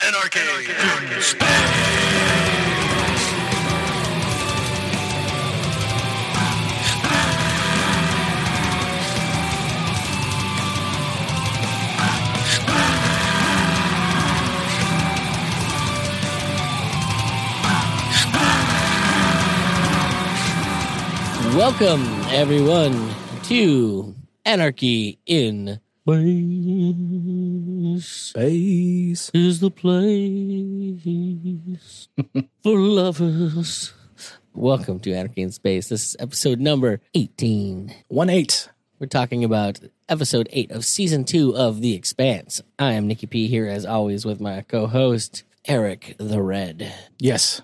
Anarchy. Welcome, everyone, to Anarchy in Space. Space. Is the place for lovers. Welcome to Anarchy in Space. This is episode number 18. One eight. We're talking about episode 8 of season 2 of The Expanse. I am Nikki P here, as always, with my co host, Eric the Red. Yes.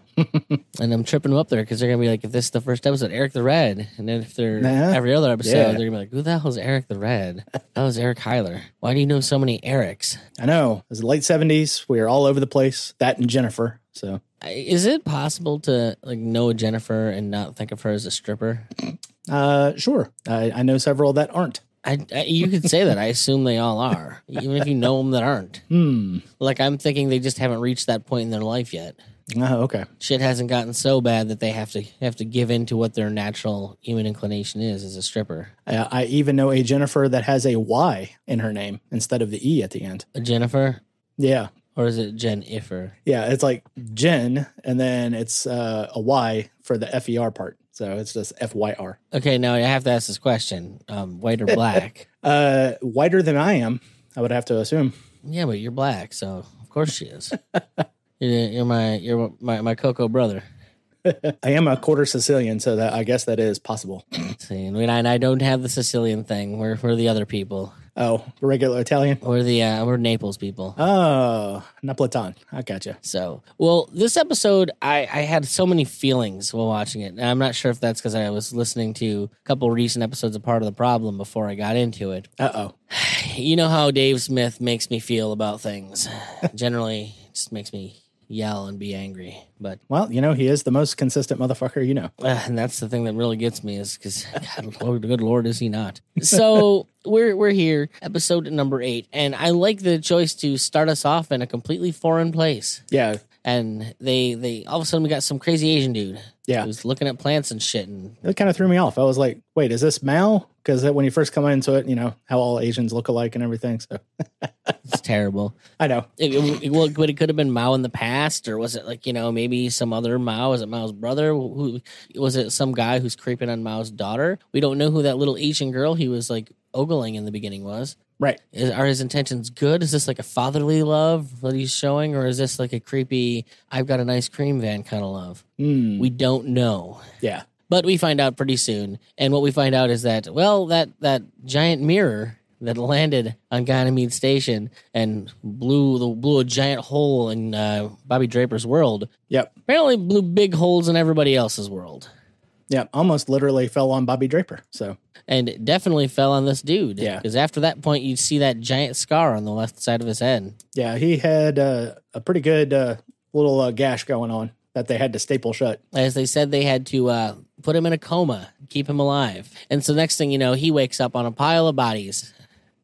And I'm tripping them up there because they're gonna be like, if this is the first episode, Eric the Red, and then if they're Nah. every other episode, Yeah. they're gonna be like, who the hell is Eric the Red? That was Eric Heiler. Why do you know so many Erics? I know. It was the late 70s. We are all over the place. That and Jennifer. So I- Is it possible to like know Jennifer and not think of her as a stripper? uh sure. I, I know several that aren't. I, I you could say that. I assume they all are, even if you know them that aren't. Hmm. Like I'm thinking they just haven't reached that point in their life yet. Oh, okay. Shit hasn't gotten so bad that they have to have to give in to what their natural human inclination is as a stripper. I, Uh, I even know a Jennifer that has a Y in her name instead of the E at the end. Jennifer, Yeah. or is it Jen Iffer? Yeah. It's like Jen, and then it's uh, a Y for the F E R part. So it's just F Y R. Okay, now I have to ask this question: um, white or black? Uh, whiter than I am, I would have to assume. yeah, but you're black, so of course she is. you're, you're my you're my my Coco brother. I am a quarter Sicilian, so that I guess that is possible. See, and, we, and I don't have the Sicilian thing. We're we're the other people. Oh, regular Italian. We're the uh, we're Naples people. Oh, Napolitan. I gotcha. So, well, this episode, I, I had so many feelings while watching it. And I'm not sure if that's because I was listening to a couple recent episodes of Part of the Problem before I got into it. Uh oh. You know how Dave Smith makes me feel about things. Generally, just makes me yell and be angry. But Well, you know, he is the most consistent motherfucker you know. Uh, and that's the thing that really gets me is because good lord is he not? So we're we're here, episode number eight, and I like the choice to start us off in a completely foreign place. Yeah. And they they all of a sudden we got some crazy Asian dude Yeah. who's looking at plants and shit, and It kind of threw me off. I was like, wait, is this Mao? Because when you first come into it, you know, how all Asians look alike and everything. So it's terrible. I know. It, it, it- well, but it could have been Mao in the past, or was it like you know maybe some other Mao? Was it Mao's brother? Who was it? Some guy who's creeping on Mao's daughter? We don't know who that little Asian girl he was like ogling in the beginning was. Right. Is, are his intentions good? Is this like a fatherly love that he's showing, or is this like a creepy "I've got an ice cream van" kind of love? Mm, We don't know, yeah. but we find out pretty soon. And what we find out is that well, that that giant mirror that landed on Ganymede Station and blew the blew a giant hole in uh, Bobby Draper's world. Yep. Apparently, blew big holes in everybody else's world, Yep. Almost literally fell on Bobby Draper. So and it definitely fell on this dude. Yeah. because after that point, you see that giant scar on the left side of his head. yeah, he had uh, a pretty good uh, little uh, gash going on that they had to staple shut. as they said they had to uh, put him in a coma, keep him alive. And so next thing you know, he wakes up on a pile of bodies.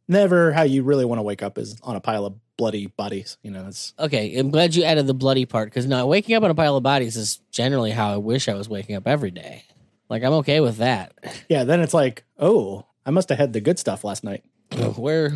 Never how you really want to wake up is on a pile of bloody bodies. You know, it's Okay, I'm glad you added the bloody part because now waking up on a pile of bodies is generally how I wish I was waking up every day. Like I'm okay with that. yeah. Then it's like, oh, I must have had the good stuff last night. Where,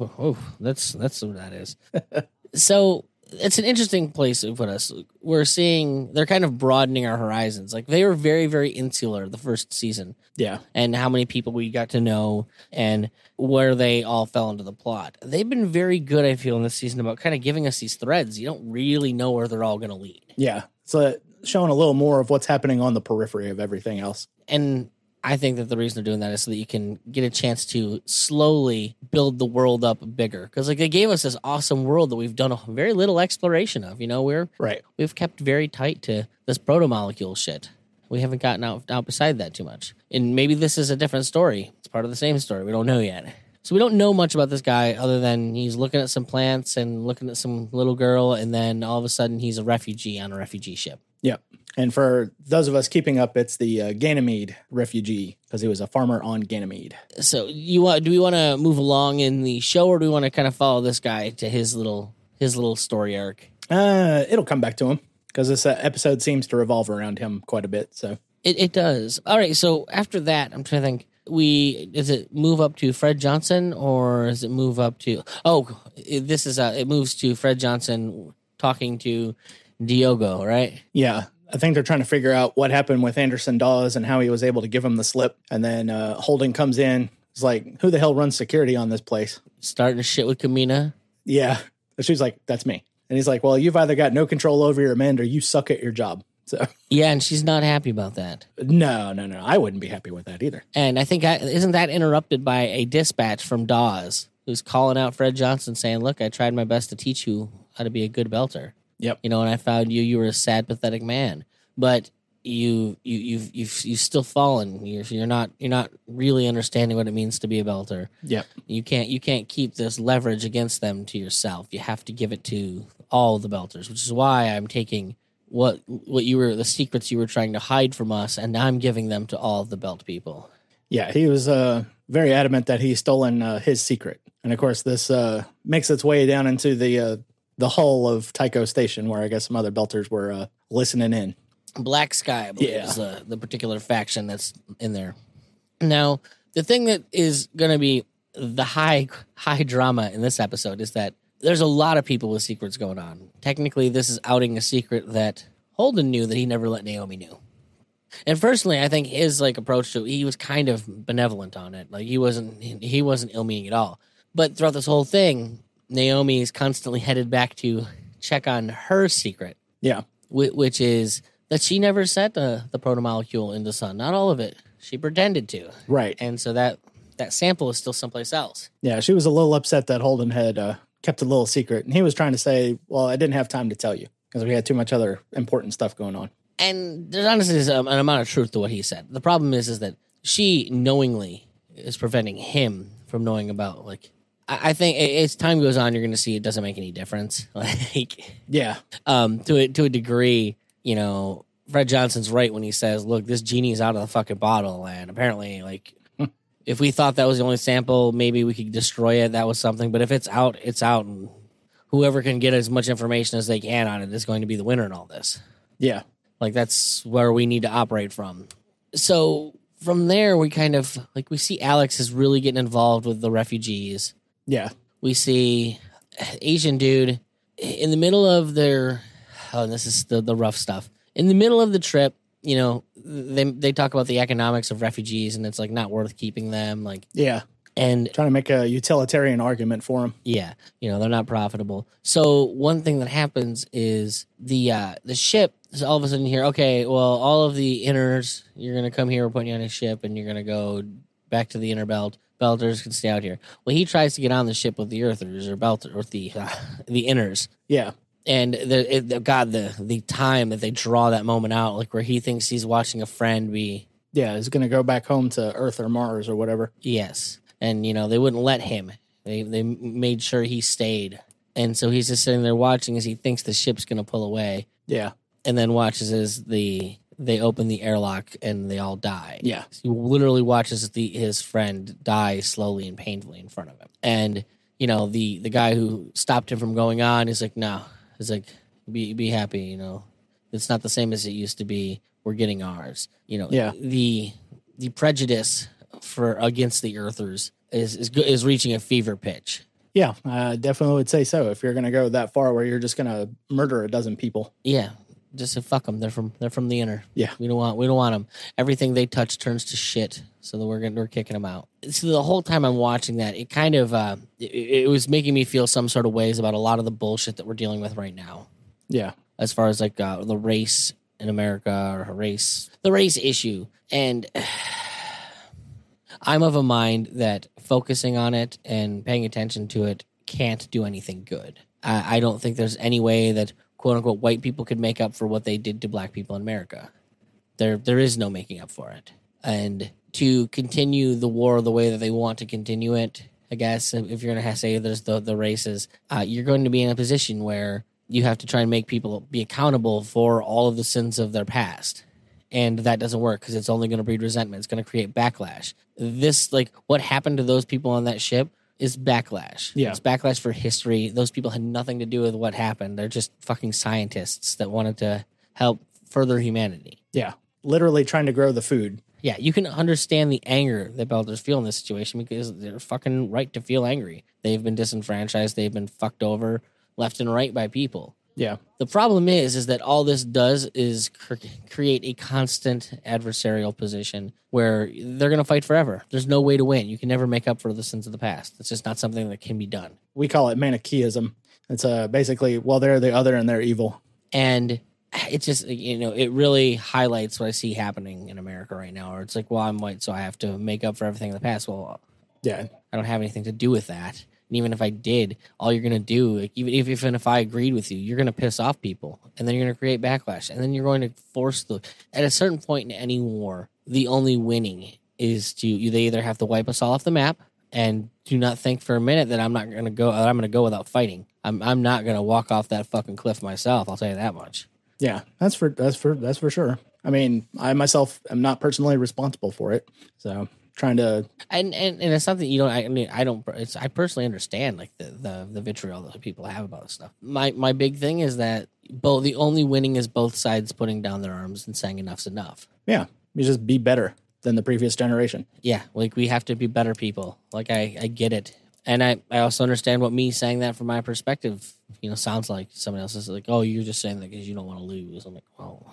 oh, that's that's what that is. so it's an interesting place to put us. We're seeing they're kind of broadening our horizons. Like they were very very insular the first season. Yeah. and how many people we got to know and where they all fell into the plot. They've been very good, I feel, in this season about kind of giving us these threads. You don't really know where they're all going to lead. Yeah. So showing a little more of what's happening on the periphery of everything else. And I think that the reason they're doing that is so that you can get a chance to slowly build the world up bigger. Because like they gave us this awesome world that we've done a very little exploration of. You know, we're Right. we've kept very tight to this protomolecule shit. We haven't gotten out, out beside that too much. And maybe this is a different story. It's part of the same story. We don't know yet. So we don't know much about this guy other than he's looking at some plants and looking at some little girl, and then all of a sudden he's a refugee on a refugee ship. Yeah. And for those of us keeping up, it's the uh, Ganymede refugee because he was a farmer on Ganymede. So you want? Do we want to move along in the show, or do we want to kind of follow this guy to his little his little story arc? Uh, it'll come back to him because this uh, episode seems to revolve around him quite a bit. So It, it does. All right. So after that, I'm trying to think. We is it move up to Fred Johnson or is it move up to? Oh, it, this is uh it moves to Fred Johnson talking to Diogo, right? yeah, I think they're trying to figure out what happened with Anderson Dawes and how he was able to give him the slip. And then uh, Holden comes in. It's like, who the hell runs security on this place? Starting shit with Kamina. Yeah, and she's like, that's me. And he's like, well, you've either got no control over your men or you suck at your job. So Yeah, and she's not happy about that. no, no, no, I wouldn't be happy with that either. And I think I, isn't that interrupted by a dispatch from Dawes who's calling out Fred Johnson saying, "Look, I tried my best to teach you how to be a good belter. Yep. You know, and I found you. You were a sad, pathetic man, but you, you, you've, you've, you've still fallen. You're, you're not, you're not really understanding what it means to be a belter. Yep. You can't, you can't keep this leverage against them to yourself. You have to give it to all the belters, which is why I'm taking." What what you were the secrets you were trying to hide from us, and I'm giving them to all the belt people. Yeah, he was uh, very adamant that he stolen uh, his secret, and of course, this uh, makes its way down into the uh, the hull of Tycho Station, where I guess some other belters were uh, listening in. Black Sky, I believe, Yeah. is the, the particular faction that's in there. Now, the thing that is going to be the high high drama in this episode is that there's a lot of people with secrets going on. Technically, this is outing a secret that Holden knew that he never let Naomi knew. And personally, I think his like approach to he was kind of benevolent on it. Like he wasn't he wasn't ill meaning at all. But throughout this whole thing, Naomi is constantly headed back to check on her secret Yeah, whi- which is that she never sent uh, the protomolecule into sun. Not all of it. She pretended to, right. and so that that sample is still someplace else. Yeah, she was a little upset that Holden had uh, kept a little secret, and he was trying to say, "Well, I didn't have time to tell you because we had too much other important stuff going on." And there's honestly is, um, an amount of truth to what he said. The problem is, is that she knowingly is preventing him from knowing about like. I I think a- as time goes on, you're going to see it doesn't make any difference. Like Yeah, um, to a, to a degree, you know, Fred Johnson's right when he says, "Look, this genie's out of the fucking bottle," and apparently, like, if we thought that was the only sample, maybe we could destroy it. That was something, but if it's out, it's out, and whoever can get as much information as they can on it is going to be the winner in all this. yeah, Like that's where we need to operate from. So from there, we kind of like we see Alex is really getting involved with the refugees yeah, we see Asian dude in the middle of their oh this is the, the rough stuff in the middle of the trip you know they they talk about the economics of refugees and it's like not worth keeping them like yeah. and Trying to make a utilitarian argument for him. yeah you know they're not profitable so one thing that happens is the uh the ship is all of a sudden here okay well all of the inners you're gonna come here we're putting you on a ship and you're gonna go back to the inner belt belters can stay out here well he tries to get on the ship with the earthers or belters or the uh, the inners Yeah, and the, it, the god the the time that they draw that moment out like where he thinks he's watching a friend be yeah. He's gonna go back home to Earth or Mars or whatever. Yes, and you know they wouldn't let him. They they made sure he stayed, and so he's just sitting there watching as he thinks the ship's gonna pull away, Yeah, and then watches as the they open the airlock and they all die. yeah, He literally watches the his friend die slowly and painfully in front of him, and you know the the guy who stopped him from going on is like, no, he's like, be be happy, you know, it's not the same as it used to be. We're getting ours, you know. Yeah. The the prejudice for against the Earthers is is go- is reaching a fever pitch. Yeah, I definitely would say so. If you're going to go that far, where you're just going to murder a dozen people. Yeah, just say fuck them. They're from they're from the inner. Yeah. we don't want we don't want them. Everything they touch turns to shit. So that we're gonna, we're kicking them out. So the whole time I'm watching that, it kind of uh, it, it was making me feel some sort of ways about a lot of the bullshit that we're dealing with right now, Yeah, as far as like uh, the race in America or race the race issue. And I'm of a mind that focusing on it and paying attention to it can't do anything good. I, I don't think there's any way that quote unquote white people could make up for what they did to black people in America. There there is no making up for it. And to continue the war the way that they want to continue it, I guess if if you're gonna say there's the the races, uh, you're going to be in a position where you have to try and make people be accountable for all of the sins of their past and that doesn't work because it's only going to breed resentment. It's going to create backlash. This, like, what happened to those people on that ship is backlash. Yeah. It's backlash for history. Those people had nothing to do with what happened. They're just fucking scientists that wanted to help further humanity. Yeah. Literally trying to grow the food. Yeah, you can understand the anger that Belters feel in this situation because they're fucking right to feel angry. They've been disenfranchised, they've been fucked over left and right by people. Yeah. The problem is, is that all this does is cr- create a constant adversarial position where they're going to fight forever. There's no way to win. You can never make up for the sins of the past. It's just not something that can be done. We call it manichaeism. It's uh, basically, well, they're the other and they're evil. and it just you know it really highlights what I see happening in America right now. Or it's like, well, I'm white, so I have to make up for everything in the past. Well, Yeah. I don't have anything to do with that. And even if I did, all you're gonna do, like, even if even if I agreed with you, you're gonna piss off people, and then you're gonna create backlash, and then you're going to force the. At a certain point in any war, the only winning is to you. They either have to wipe us all off the map, and do not think for a minute that I'm not gonna go. That I'm gonna go without fighting. I'm I'm not gonna walk off that fucking cliff myself. I'll tell you that much. Yeah. That's for, that's for, that's for sure. I mean, I myself am not personally responsible for it. So trying to, and and, and it's something you don't. I mean, I don't. It's, I personally understand like the, the the vitriol that people have about this stuff. My my big thing is that both the only winning is both sides putting down their arms and saying enough's enough. yeah, you just be better than the previous generation. Yeah, like we have to be better people. Like I I get it, and I I also understand what me saying that from my perspective, you know, sounds like someone else is like, oh, you're just saying that because you don't want to lose. I'm like, well.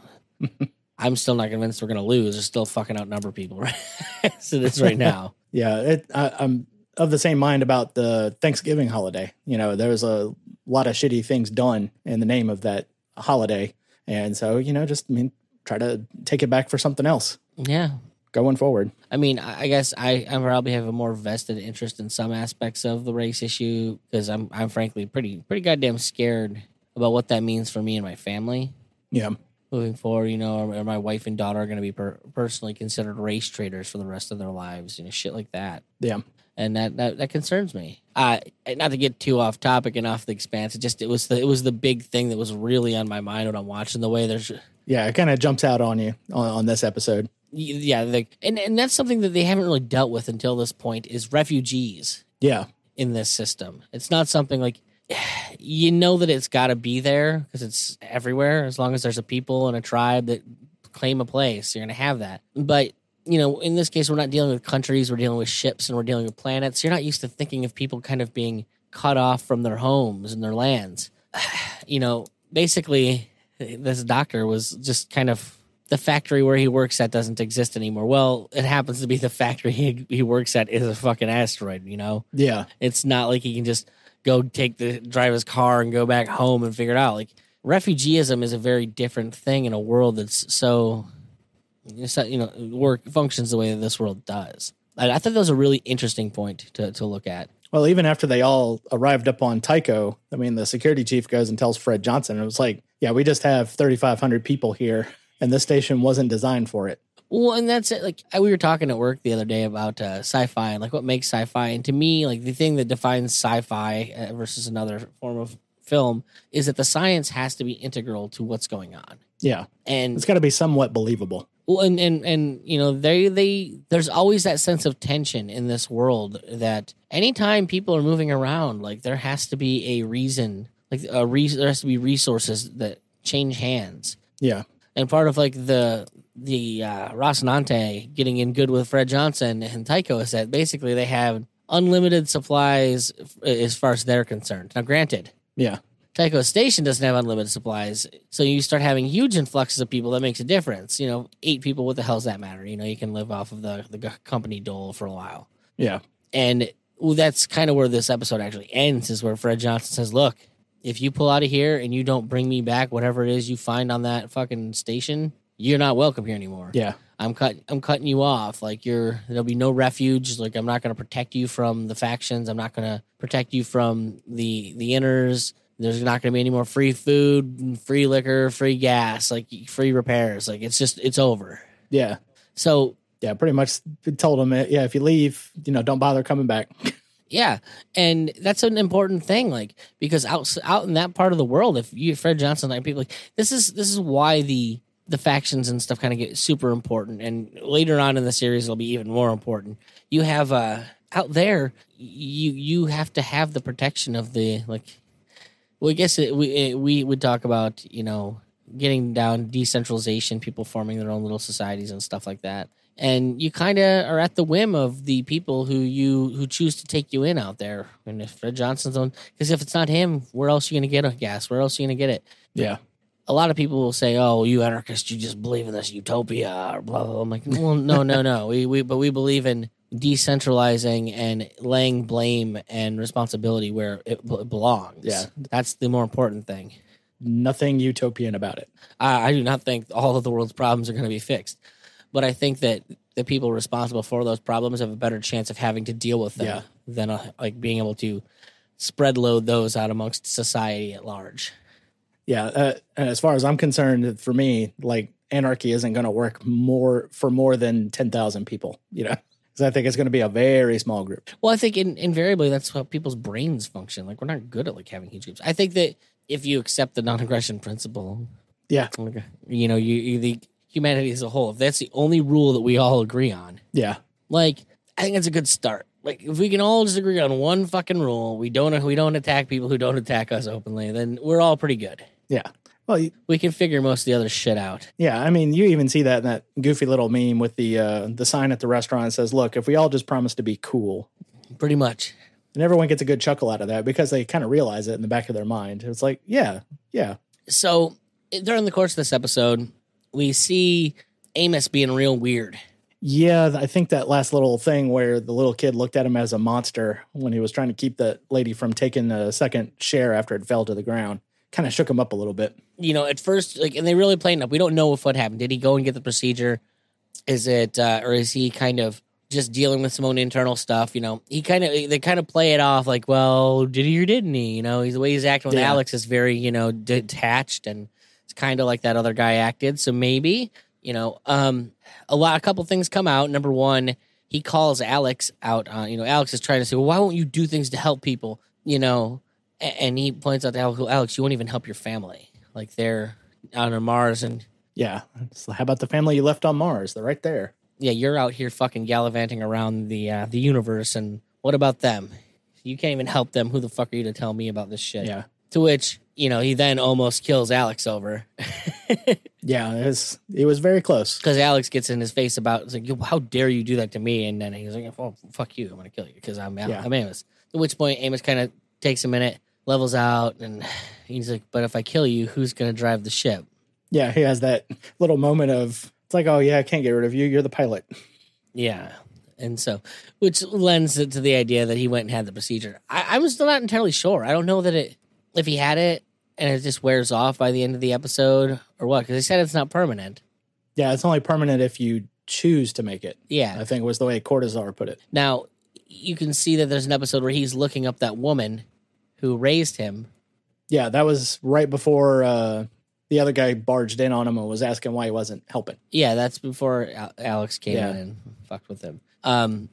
I'm still not convinced we're going to lose. We're still fucking outnumber people, right? so this right now. Yeah, it, I, I'm of the same mind about the Thanksgiving holiday. You know, there was a lot of shitty things done in the name of that holiday, and so you know, just I mean, try to take it back for something else Yeah, going forward. I mean, I I guess I, I probably have a more vested interest in some aspects of the race issue because I'm I'm frankly pretty pretty goddamn scared about what that means for me and my family Yeah, moving forward. You know, or, or my wife and daughter are going to be per- personally considered race traitors for the rest of their lives. You know, shit like that, yeah, and that that, that concerns me. Uh, and not to get too off topic and off the expanse, it just it was the it was the big thing that was really on my mind when I'm watching the way there's yeah. It kind of jumps out on you on, on this episode. yeah like and and that's something that they haven't really dealt with until this point is refugees. Yeah, in this system. It's not something like you know that it's got to be there because it's everywhere. As long as there's a people and a tribe that claim a place, you're going to have that. But you know, in this case, we're not dealing with countries, we're dealing with ships and we're dealing with planets. You're not used to thinking of people kind of being cut off from their homes and their lands. you know, basically, this doctor was just kind of the factory where he works at doesn't exist anymore. Well, it happens to be the factory he, he works at is a fucking asteroid, you know? yeah, It's not like he can just go take the drive his car and go back home and figure it out. Like refugeeism is a very different thing in a world that's so, it's not- you know, work functions the way that this world does. I, I thought that was a really interesting point to, to look at. Well, even after they all arrived up on Tycho, I mean, the security chief goes and tells Fred Johnson, and it was like, yeah, we just have 3,500 people here, and this station wasn't designed for it. Well, and that's it. Like I, we were talking at work the other day about uh, sci-fi and like what makes sci-fi. And to me, like the thing that defines sci-fi uh, versus another form of film is that the science has to be integral to what's going on. Yeah, And it's got to be somewhat believable. well, and and and you know they they there's always that sense of tension in this world that anytime people are moving around like there has to be a reason like a re- there has to be resources that change hands Yeah. and part of like the the uh, Rocinante getting in good with Fred Johnson and Tycho is that basically they have unlimited supplies f- as far as they're concerned now granted Yeah. Tycho Station doesn't have unlimited supplies, so you start having huge influxes of people. That makes a difference. You know, eight people. What the hell's that matter? You know, you can live off of the the g- company dole for a while, Yeah. and well, that's kind of where this episode actually ends. Is where Fred Johnson says, "Look, if you pull out of here and you don't bring me back whatever it is you find on that fucking station, you're not welcome here anymore. Yeah. I'm cut. I'm cutting you off. Like you're. There'll be no refuge. Like I'm not going to protect you from the factions. I'm not going to protect you from the the inners. There's not going to be any more free food, free liquor, free gas, like free repairs. Like it's just it's over. Yeah. So Yeah. Pretty much told him, yeah, if you leave, you know, don't bother coming back. yeah, and that's an important thing. Like because out out in that part of the world, if you Fred Johnson like people like this is this is why the the factions and stuff kind of get super important, and later on in the series it'll be even more important. You have uh out there, you you have to have the protection of the like. Well, I guess it, we it, we would talk about you know getting down decentralization, people forming their own little societies and stuff like that. And you kind of are at the whim of the people who you who choose to take you in out there. And if Fred Johnson's on, because if it's not him, where else are you going to get a gas? Where else are you going to get it? Yeah. a lot of people will say, "Oh, you anarchists, you just believe in this utopia," or blah blah. blah. I'm like, well, no, no, no. We we but we believe in decentralizing and laying blame and responsibility where it b- belongs. Yeah. that's the more important thing. Nothing utopian about it. I, I do not think all of the world's problems are going to be fixed, but I think that the people responsible for those problems have a better chance of having to deal with them Yeah. than uh, like being able to spread load those out amongst society at large. Yeah. Uh, and as far as I'm concerned, for me, like anarchy isn't going to work more for more than 10,000 people, you know, because I think it's going to be a very small group. Well, I think in, invariably that's how people's brains function. Like we're not good at like having huge groups. I think that if you accept the non-aggression principle, Yeah. like, you know, you, you the humanity as a whole. If that's the only rule that we all agree on, Yeah. like I think it's a good start. Like if we can all just agree on one fucking rule, we don't we don't attack people who don't attack us openly, then we're all pretty good. Yeah. Well, you- We can figure most of the other shit out. yeah. I mean, you even see that in that goofy little meme with the uh, the sign at the restaurant that says, "Look, if we all just promise to be cool, Pretty much. And everyone gets a good chuckle out of that because they kind of realize it in the back of their mind. It's like, yeah, yeah, So during the course of this episode, we see Amos being real weird. yeah. I think that last little thing where the little kid looked at him as a monster when he was trying to keep that lady from taking a second share after it fell to the ground kind of shook him up a little bit. you know, at first, like, and they really played it up. We don't know if what happened. Did he go and get the procedure? Is it, uh, or is he kind of just dealing with some own internal stuff? You know, he kind of, they kind of play it off like, well, did he or didn't he? You know, he's the way he's acting with Yeah. Alex is very, you know, detached and it's kind of like that other guy acted. So maybe, you know, um, a lot, a couple things come out. Number one, he calls Alex out on, you know, Alex is trying to say, well, why won't you do things to help people? You know, a- and he points out to Alex, Alex, you won't even help your family. Like they're out on Mars, and Yeah. So how about the family you left on Mars? They're right there. yeah, you're out here fucking gallivanting around the uh, the universe. And what about them? You can't even help them. Who the fuck are you to tell me about this shit? Yeah. To which you know he then almost kills Alex over Yeah. It was, it was very close. because Alex gets in his face about it's like, "Yo, how dare you do that to me? And then he's like, oh fuck you, I'm gonna kill you because I'm Al- Yeah. I'm Amos. At which point Amos kind of takes a minute, levels out, and he's like, but if I kill you, who's gonna drive the ship? Yeah. He has that little moment of, it's like, oh, yeah, I can't get rid of you. You're the pilot. Yeah. And so, which lends it to the idea that he went and had the procedure. I, I'm still not entirely sure. I don't know that it, if he had it and it just wears off by the end of the episode or what, because they said it's not permanent. Yeah. It's only permanent if you choose to make it. Yeah. I think was the way Cortazar put it. Now, you can see that there's an episode where he's looking up that woman who raised him. Yeah, that was right before uh, the other guy barged in on him and was asking why he wasn't helping. Yeah, that's before Al- Alex came Yeah. in and fucked with him. Um,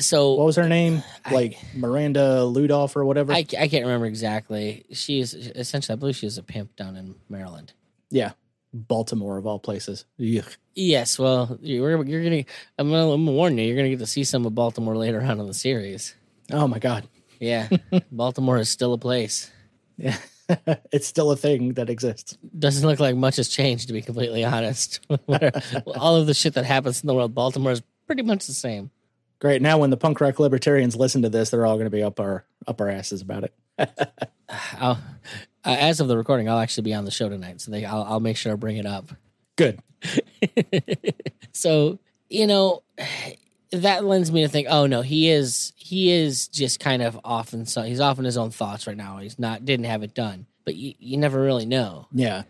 so What was her name? I- Like Miranda Ludolph or whatever. I, I can't remember exactly. She is essentially, I believe she is a pimp down in Maryland. yeah, Baltimore of all places. Ugh. Yes, well, you're, you're gonna. I'm gonna, I'm gonna warn you. You're gonna get to see some of Baltimore later on in the series. Oh my God. Yeah, Baltimore is still a place. Yeah, it's still a thing that exists. Doesn't look like much has changed, to be completely honest. Where- All of the shit that happens in the world, Baltimore is pretty much the same. Great. Now, when the punk rock libertarians listen to this, they're all going to be up our up our asses about it. I'll, uh, as of the recording, I'll actually be on the show tonight, so they, I'll, I'll make sure I bring it up. Good. so you know that lends me to think oh no he is he is just kind of off in so he's off in his own thoughts right now he's not didn't have it done but you, you never really know Yeah.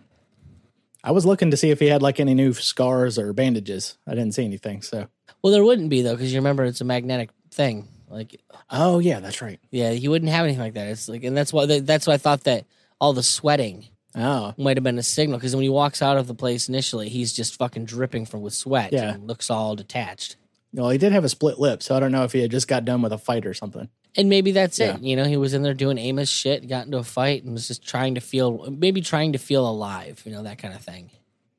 I was looking to see if he had like any new scars or bandages. I didn't see anything. So. well there wouldn't be though because you remember it's a magnetic thing like Oh yeah, that's right. yeah he wouldn't have anything like that it's like and that's why that's why i thought that all the sweating Oh might have been a signal because when he walks out of the place initially he's just fucking dripping from with sweat Yeah. and looks all detached well, he did have a split lip, so I don't know if he had just got done with a fight or something. And maybe that's Yeah. it. You know, he was in there doing Amos shit, got into a fight, and was just trying to feel, maybe trying to feel alive. You know, that kind of thing.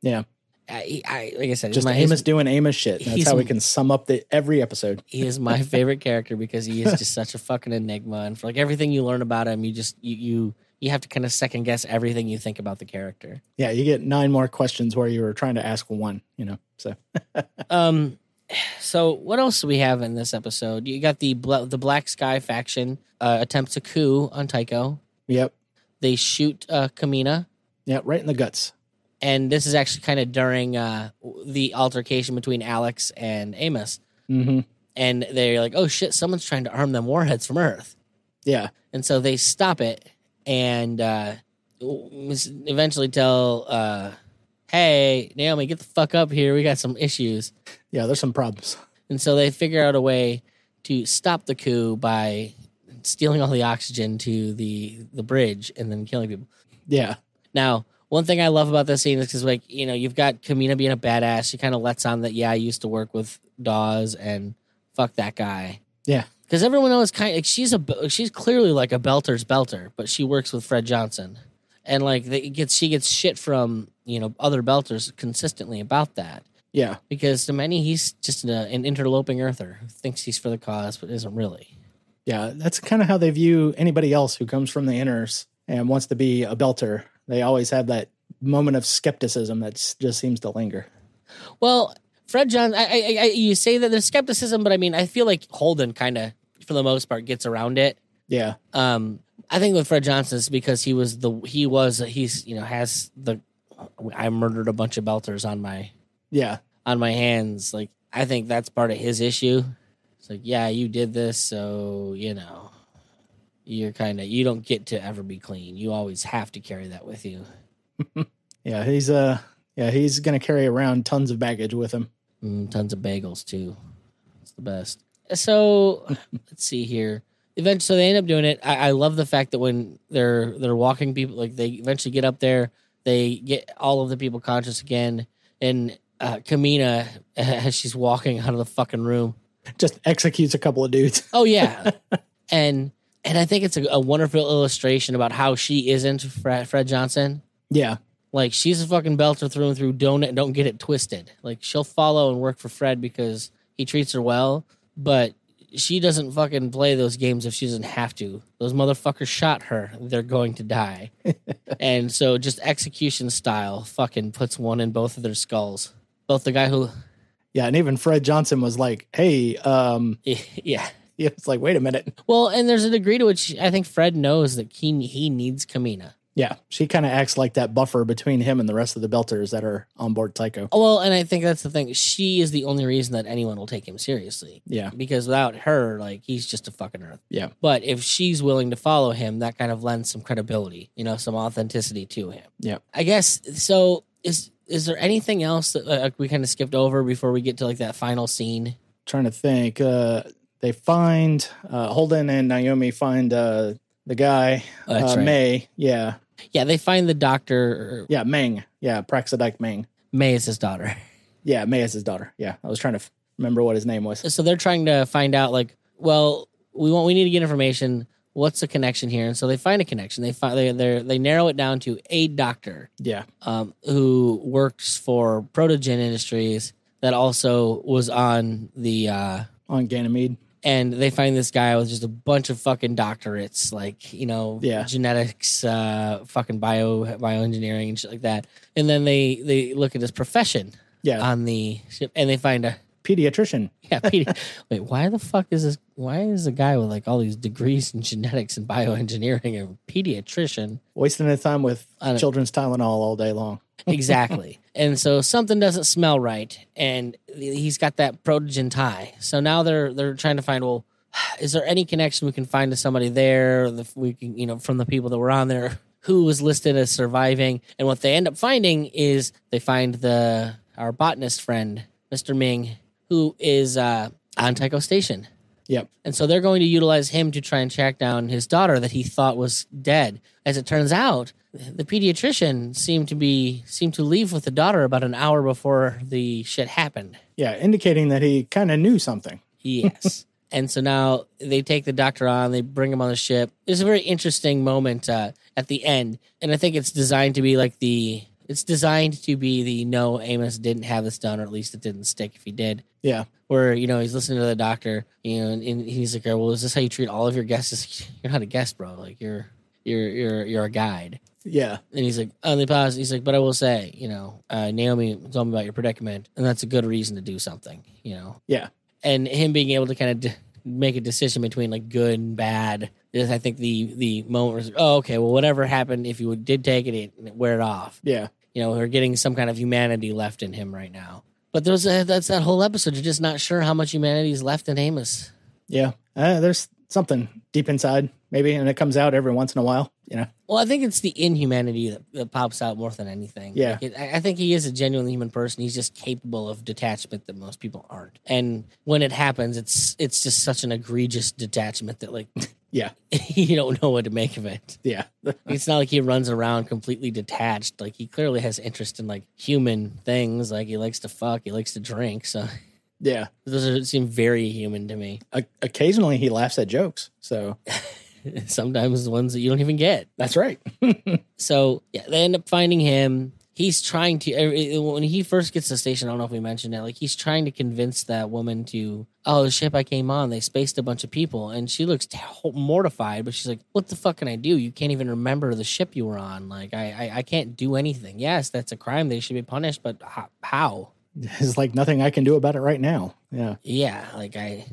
Yeah. I, I like I said, Just my, Amos doing Amos shit. That's he's- how we can sum up the every episode. he is my favorite character because he is just such a fucking enigma, and for like everything you learn about him, you just you you, you have to kind of second guess everything you think about the character. Yeah, you get nine more questions where you were trying to ask one. You know, so Um, so what else do we have in this episode? You got the bla the Black Sky faction uh, attempts a coup on Tycho. yep, They shoot uh, Kamina, yeah, right in the guts. and this is actually kind of during uh, the altercation between Alex and Amos. hmm And they're like, "Oh shit, someone's trying to arm them warheads from Earth," Yeah, and so they stop it and uh, eventually tell, uh, "Hey, Naomi, get the fuck up here. We got some issues." yeah. There's some problems. And so they figure out a way to stop the coup by stealing all the oxygen to the the bridge and then killing people. Yeah, Now, one thing I love about this scene is because, like, you know, you've got Kamina being a badass. She kind of lets on that, yeah, I used to work with Dawes and fuck that guy. Yeah. Because everyone knows kind like she's a b- she's clearly like a belter's belter, but she works with Fred Johnson, and like they it gets she gets shit from you know other belters consistently about that yeah, because to many he's just a, an interloping earther who thinks he's for the cause but isn't really yeah. That's kind of how they view anybody else who comes from the inners and wants to be a belter. They always have that moment of skepticism that s- just seems to linger. well fred john I, I, I you say that there's skepticism but i mean i feel like holden kind of for the most part gets around it Yeah, um i think with fred johnson it's because he was the he was he's you know has the i murdered a bunch of belters on my yeah, on my hands like i think that's part of his issue it's like yeah you did this so you know you're kind of you don't get to ever be clean you always have to carry that with you yeah. He's uh, yeah, he's gonna carry around tons of baggage with him. Mm, tons of bagels too. It's the best. So let's see here. Eventually, so they end up doing it. I, I love the fact that when they're they're walking people, like they eventually get up there, they get all of the people conscious again. And uh, Kamina, as she's walking out of the fucking room, Just executes a couple of dudes. oh yeah, and and I think it's a, a wonderful illustration about how she isn't Fred, Fred Johnson. Yeah, Like she's a fucking belter through and through. Don't don't get it twisted. Like she'll follow and work for Fred because he treats her well, but she doesn't fucking play those games if she doesn't have to. Those motherfuckers shot her. They're going to die. and so just execution style fucking puts one in both of their skulls. Both the guy who yeah. And even Fred Johnson was like, "Hey, um, yeah. yeah." It's like, wait a minute. Well, and there's a degree to which I think Fred knows that he he needs Kamina. Yeah, she kind of acts like that buffer between him and the rest of the Belters that are on board Tycho. Well, and I think that's the thing. She is the only reason that anyone will take him seriously. Yeah, because without her, like he's just a fucking earth. Yeah. But if she's willing to follow him, that kind of lends some credibility, you know, some authenticity to him. Yeah. I guess so. Is is there anything else that uh, we kind of skipped over before we get to like that final scene? trying to think. Uh, they find uh, Holden and Naomi find uh, the guy Oh, uh, that's right. May. Yeah, Yeah, they find the doctor. Or yeah, Meng. Yeah, Praxidike Meng. May is his daughter. Yeah, May is his daughter. Yeah, I was trying to f- remember what his name was. So they're trying to find out like, well, we want we need to get information. What's the connection here? And so they find a connection. They find they they they narrow it down to a doctor. Yeah, um, who works for Protogen Industries that also was on the uh, on Ganymede. and they find this guy with just a bunch of fucking doctorates, like you know, Yeah. genetics, uh, fucking bio bioengineering and shit like that. And then they they look at his profession Yeah, on the ship and they find a pediatrician. yeah. PD. wait, why the fuck is this? Why is a guy with like all these degrees in genetics and bioengineering and pediatrician? Wasting his time with I don't- children's Tylenol all day long. exactly. And so something doesn't smell right, and he's got that protogen tie. So now they're they're trying to find well, is there any connection we can find to somebody there? The, we can you know from the people that were on there who was listed as surviving, and what they end up finding is they find the our botanist friend Mr. Ming who is uh, on Tycho Station. Yep. And so they're going to utilize him to try and track down his daughter that he thought was dead. As it turns out, the pediatrician seemed to be seemed to leave with the daughter about an hour before the shit happened. Yeah, indicating that he kind of knew something. Yes. and so now they take the doctor on, they bring him on the ship. There's a very interesting moment uh, at the end, and I think it's designed to be like the it's it's designed to be the no Amos didn't have this done, or at least it didn't stick if he did. Yeah. Where you know he's listening to the doctor, you know, and, and he's like, "Well, is this how you treat all of your guests? It's like, You're not a guest, bro. Like you're you're you're you're a guide." Yeah. And he's like, and they pause. He's like, but I will say, you know, uh, Naomi told me about your predicament, and that's a good reason to do something, you know. Yeah. And him being able to kind of d- make a decision between like good and bad is, I think, the the moment. Was, oh, okay. Well, whatever happened, if you did take it, it wear it off. Yeah. You know, we're getting some kind of humanity left in him right now. But there's a, that's that whole episode. You're just not sure how much humanity is left in Amos. Yeah. Uh, there's something deep inside, maybe, and it comes out every once in a while, you know? Well, I think it's the inhumanity that, that pops out more than anything. Yeah. Like, it- I I think he is a genuinely human person. He's just capable of detachment that most people aren't. And when it happens, it's it's just such an egregious detachment that like Yeah. you don't know what to make of it. Yeah. It's not like he runs around completely detached. Like he clearly has interest in like human things. Like he likes to fuck, he likes to drink. So yeah. those are, seem very human to me. O- occasionally he laughs at jokes. So Sometimes the ones that you don't even get. that's right. So yeah, they end up finding him. He's trying to eh, eh, when he first gets to the station. I don't know if we mentioned it. Like he's trying to convince that woman to, oh the ship, I came on. They spaced a bunch of people, and she looks t- mortified. But she's like, "What the fuck can I do? You can't even remember the ship you were on. Like I, I, I can't do anything. Yes, that's a crime. They should be punished. But ho- how? There's like nothing I can do about it right now. Yeah. yeah like i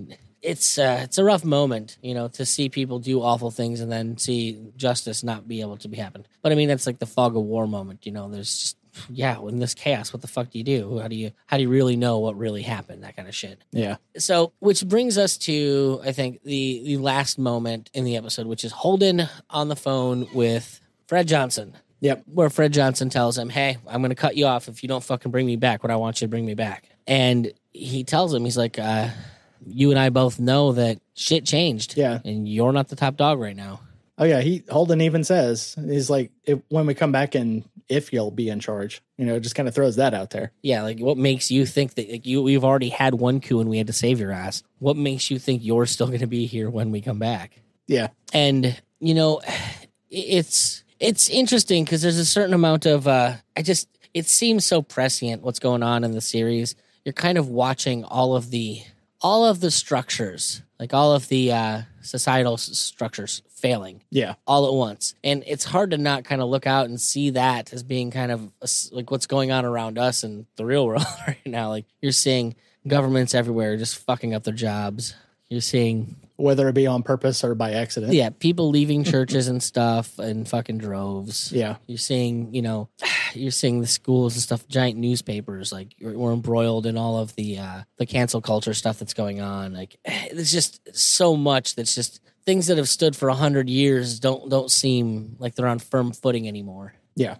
it's uh it's a rough moment you know to see people do awful things and then see justice not be able to be happen but i mean that's like the fog of war moment you know there's just yeah in this chaos what the fuck do you do how do you how do you really know what really happened that kind of shit Yeah. so which brings us to i think the the last moment in the episode which is holden on the phone with fred johnson Yep. where Fred Johnson tells him, "Hey, I'm going to cut you off if you don't fucking bring me back what I want you to bring me back." And he tells him, he's like, uh, "You and I both know that shit changed, Yeah. and you're not the top dog right now." Oh yeah. He Holden even says he's like if, when we come back and if you'll be in charge, you know, just kind of throws that out there. Yeah, like what makes you think that like you we've already had one coup and we had to save your ass? What makes you think you're still going to be here when we come back? Yeah. and you know it's it's interesting because there's a certain amount of uh i just it seems so prescient what's going on in the series you're kind of watching all of the all of the structures like all of the uh societal s- structures failing Yeah. all at once and it's hard to not kind of look out and see that as being kind of a s- like what's going on around us in the real world right now like you're seeing governments everywhere just fucking up their jobs you're seeing Whether it be on purpose or by accident. yeah, people leaving churches and stuff in fucking droves. Yeah. You're seeing, you know, you're seeing the schools and stuff, giant newspapers, like we're we're embroiled in all of the uh the cancel culture stuff that's going on. Like there's just so much that's just things that have stood for a hundred years don't don't seem like they're on firm footing anymore. Yeah.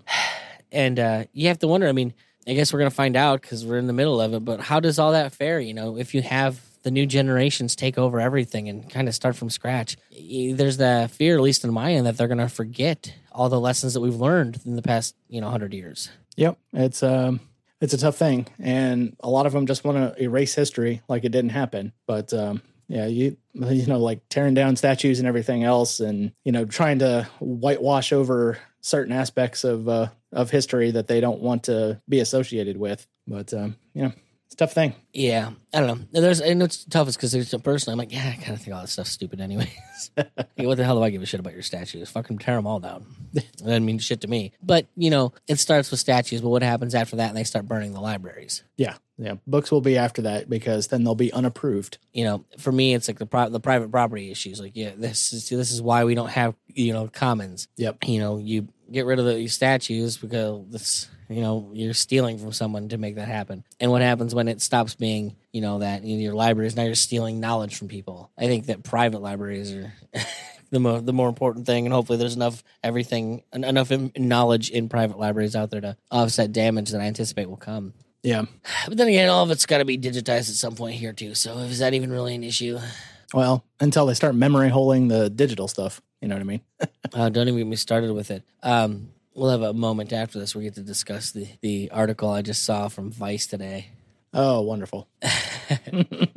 And uh you have to wonder, I mean, I guess we're gonna find out because we're in the middle of it, but how does all that fare, you know, if you have the new generations take over everything and kind of start from scratch. Y- There's the fear, at least in my end, that they're going to forget all the lessons that we've learned in the past, you know, hundred years. Yep, it's um, it's a tough thing, and a lot of them just want to erase history like it didn't happen. But um, yeah, you you know, like tearing down statues and everything else, and you know, trying to whitewash over certain aspects of uh, of history that they don't want to be associated with. But um, you know, it's a tough thing. Yeah, I don't know. There's and it's tough because there's personally, I'm like, yeah, I kind of think all that stuff's stupid, anyways. Like, what the hell do I give a shit about your statues? Fucking tear them all down. That doesn't mean shit to me. But you know, it starts with statues, but what happens after that? And they start burning the libraries. Yeah, yeah, books will be after that because then they'll be unapproved. you know, for me, it's like the pri- the private property issues. Like, yeah, this is this is why we don't have you know commons. Yep. You know, you get rid of the statues because this, you know, you're stealing from someone to make that happen. And what happens when it stops being, you know, that in your libraries now you're stealing knowledge from people. I think that private libraries are the more the more important thing, and hopefully there's enough everything en- enough in- knowledge in private libraries out there to offset damage that I anticipate will come. Yeah. But then again, all of it's got to be digitized at some point here too. So is that even really an issue? Well, until they start memory holing the digital stuff, you know what I mean? Uh, don't even get me started with it. Um, we'll have a moment after this. We get to discuss the, the article I just saw from Vice today. Oh, wonderful.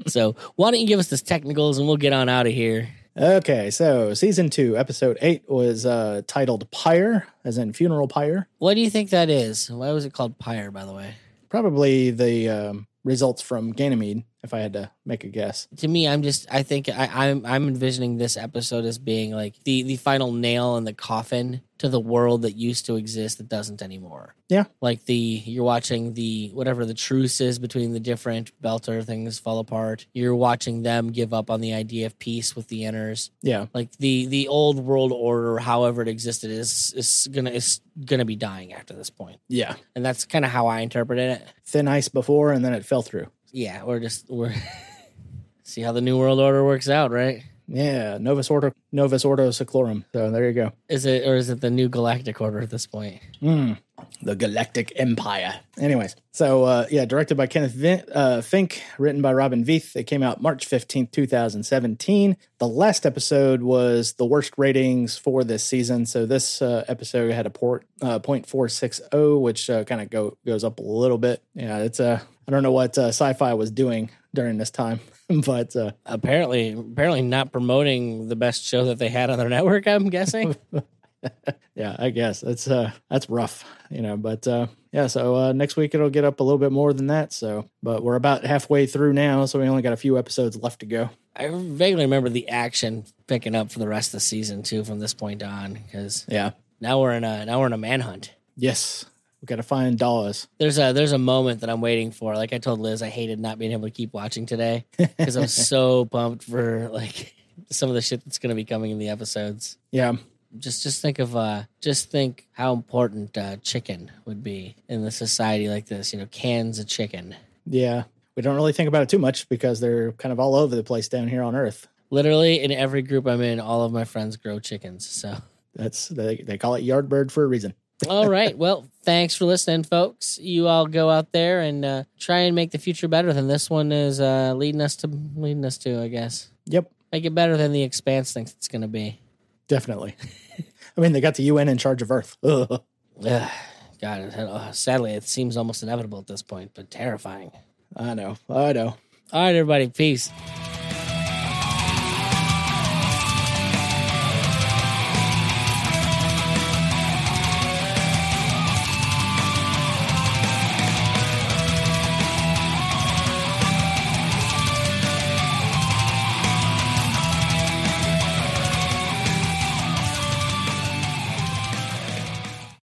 So why don't you give us this technicals and we'll get on out of here. Okay, so season two, episode eight was uh, titled Pyre, as in funeral pyre. What do you think that is? Why was it called Pyre, by the way? Probably the um, results from Ganymede, if I had to make a guess. To me, I'm just I think I, I'm I'm envisioning this episode as being like the the final nail in the coffin to the world that used to exist that doesn't anymore. Yeah. Like the you're watching the whatever the truce is between the different belter things fall apart. You're watching them give up on the idea of peace with the inners. Yeah, Like the the old world order, however it existed, is is gonna is gonna be dying after this point. yeah. And that's kind of how I interpreted it. Thin ice before, and then it fell through. Yeah, we're just we're see how the new world order works out, right? Yeah, Novus Ordo, Novus Ordo Seclorum. So there you go. Is it or is it the new galactic order at this point? Mm, the Galactic Empire. Anyways, so uh, yeah, directed by Kenneth Vin- uh, Fink, written by Robin Veith. It came out March 15th, 2017. The last episode was the worst ratings for this season. So this uh, episode had a port uh, 0.460, which uh, kind of go goes up a little bit. Yeah, it's uh, I don't know what uh, sci-fi was doing during this time, but uh, Apparently, apparently not promoting the best show that they had on their network. I'm guessing. yeah, I guess that's uh that's rough, you know. But uh yeah, so uh next week it'll get up a little bit more than that. So but we're about halfway through now, so we only got a few episodes left to go. I vaguely remember the action picking up for the rest of the season too, from this point on, because Yeah. now we're in a now we're in a manhunt. Yes. We gotta find dollars. There's a there's a moment that I'm waiting for. Like I told Liz, I hated not being able to keep watching today because I'm so pumped for like some of the shit that's gonna be coming in the episodes. Yeah. just just think of uh just think how important uh chicken would be in the society like this you know cans of chicken Yeah. We don't really think about it too much because they're kind of all over the place down here on Earth. literally in every group i'm in all of my friends grow chickens so That's they, they call it yard bird for a reason. all right well thanks for listening folks you all go out there and uh try and make the future better than this one is uh leading us to leading us to i guess Yep, make it better than the expanse thinks it's gonna be definitely. I mean they got the UN in charge of Earth. Ugh. Ugh, god it- uh, sadly it seems almost inevitable at this point but terrifying I know. I know. all right everybody peace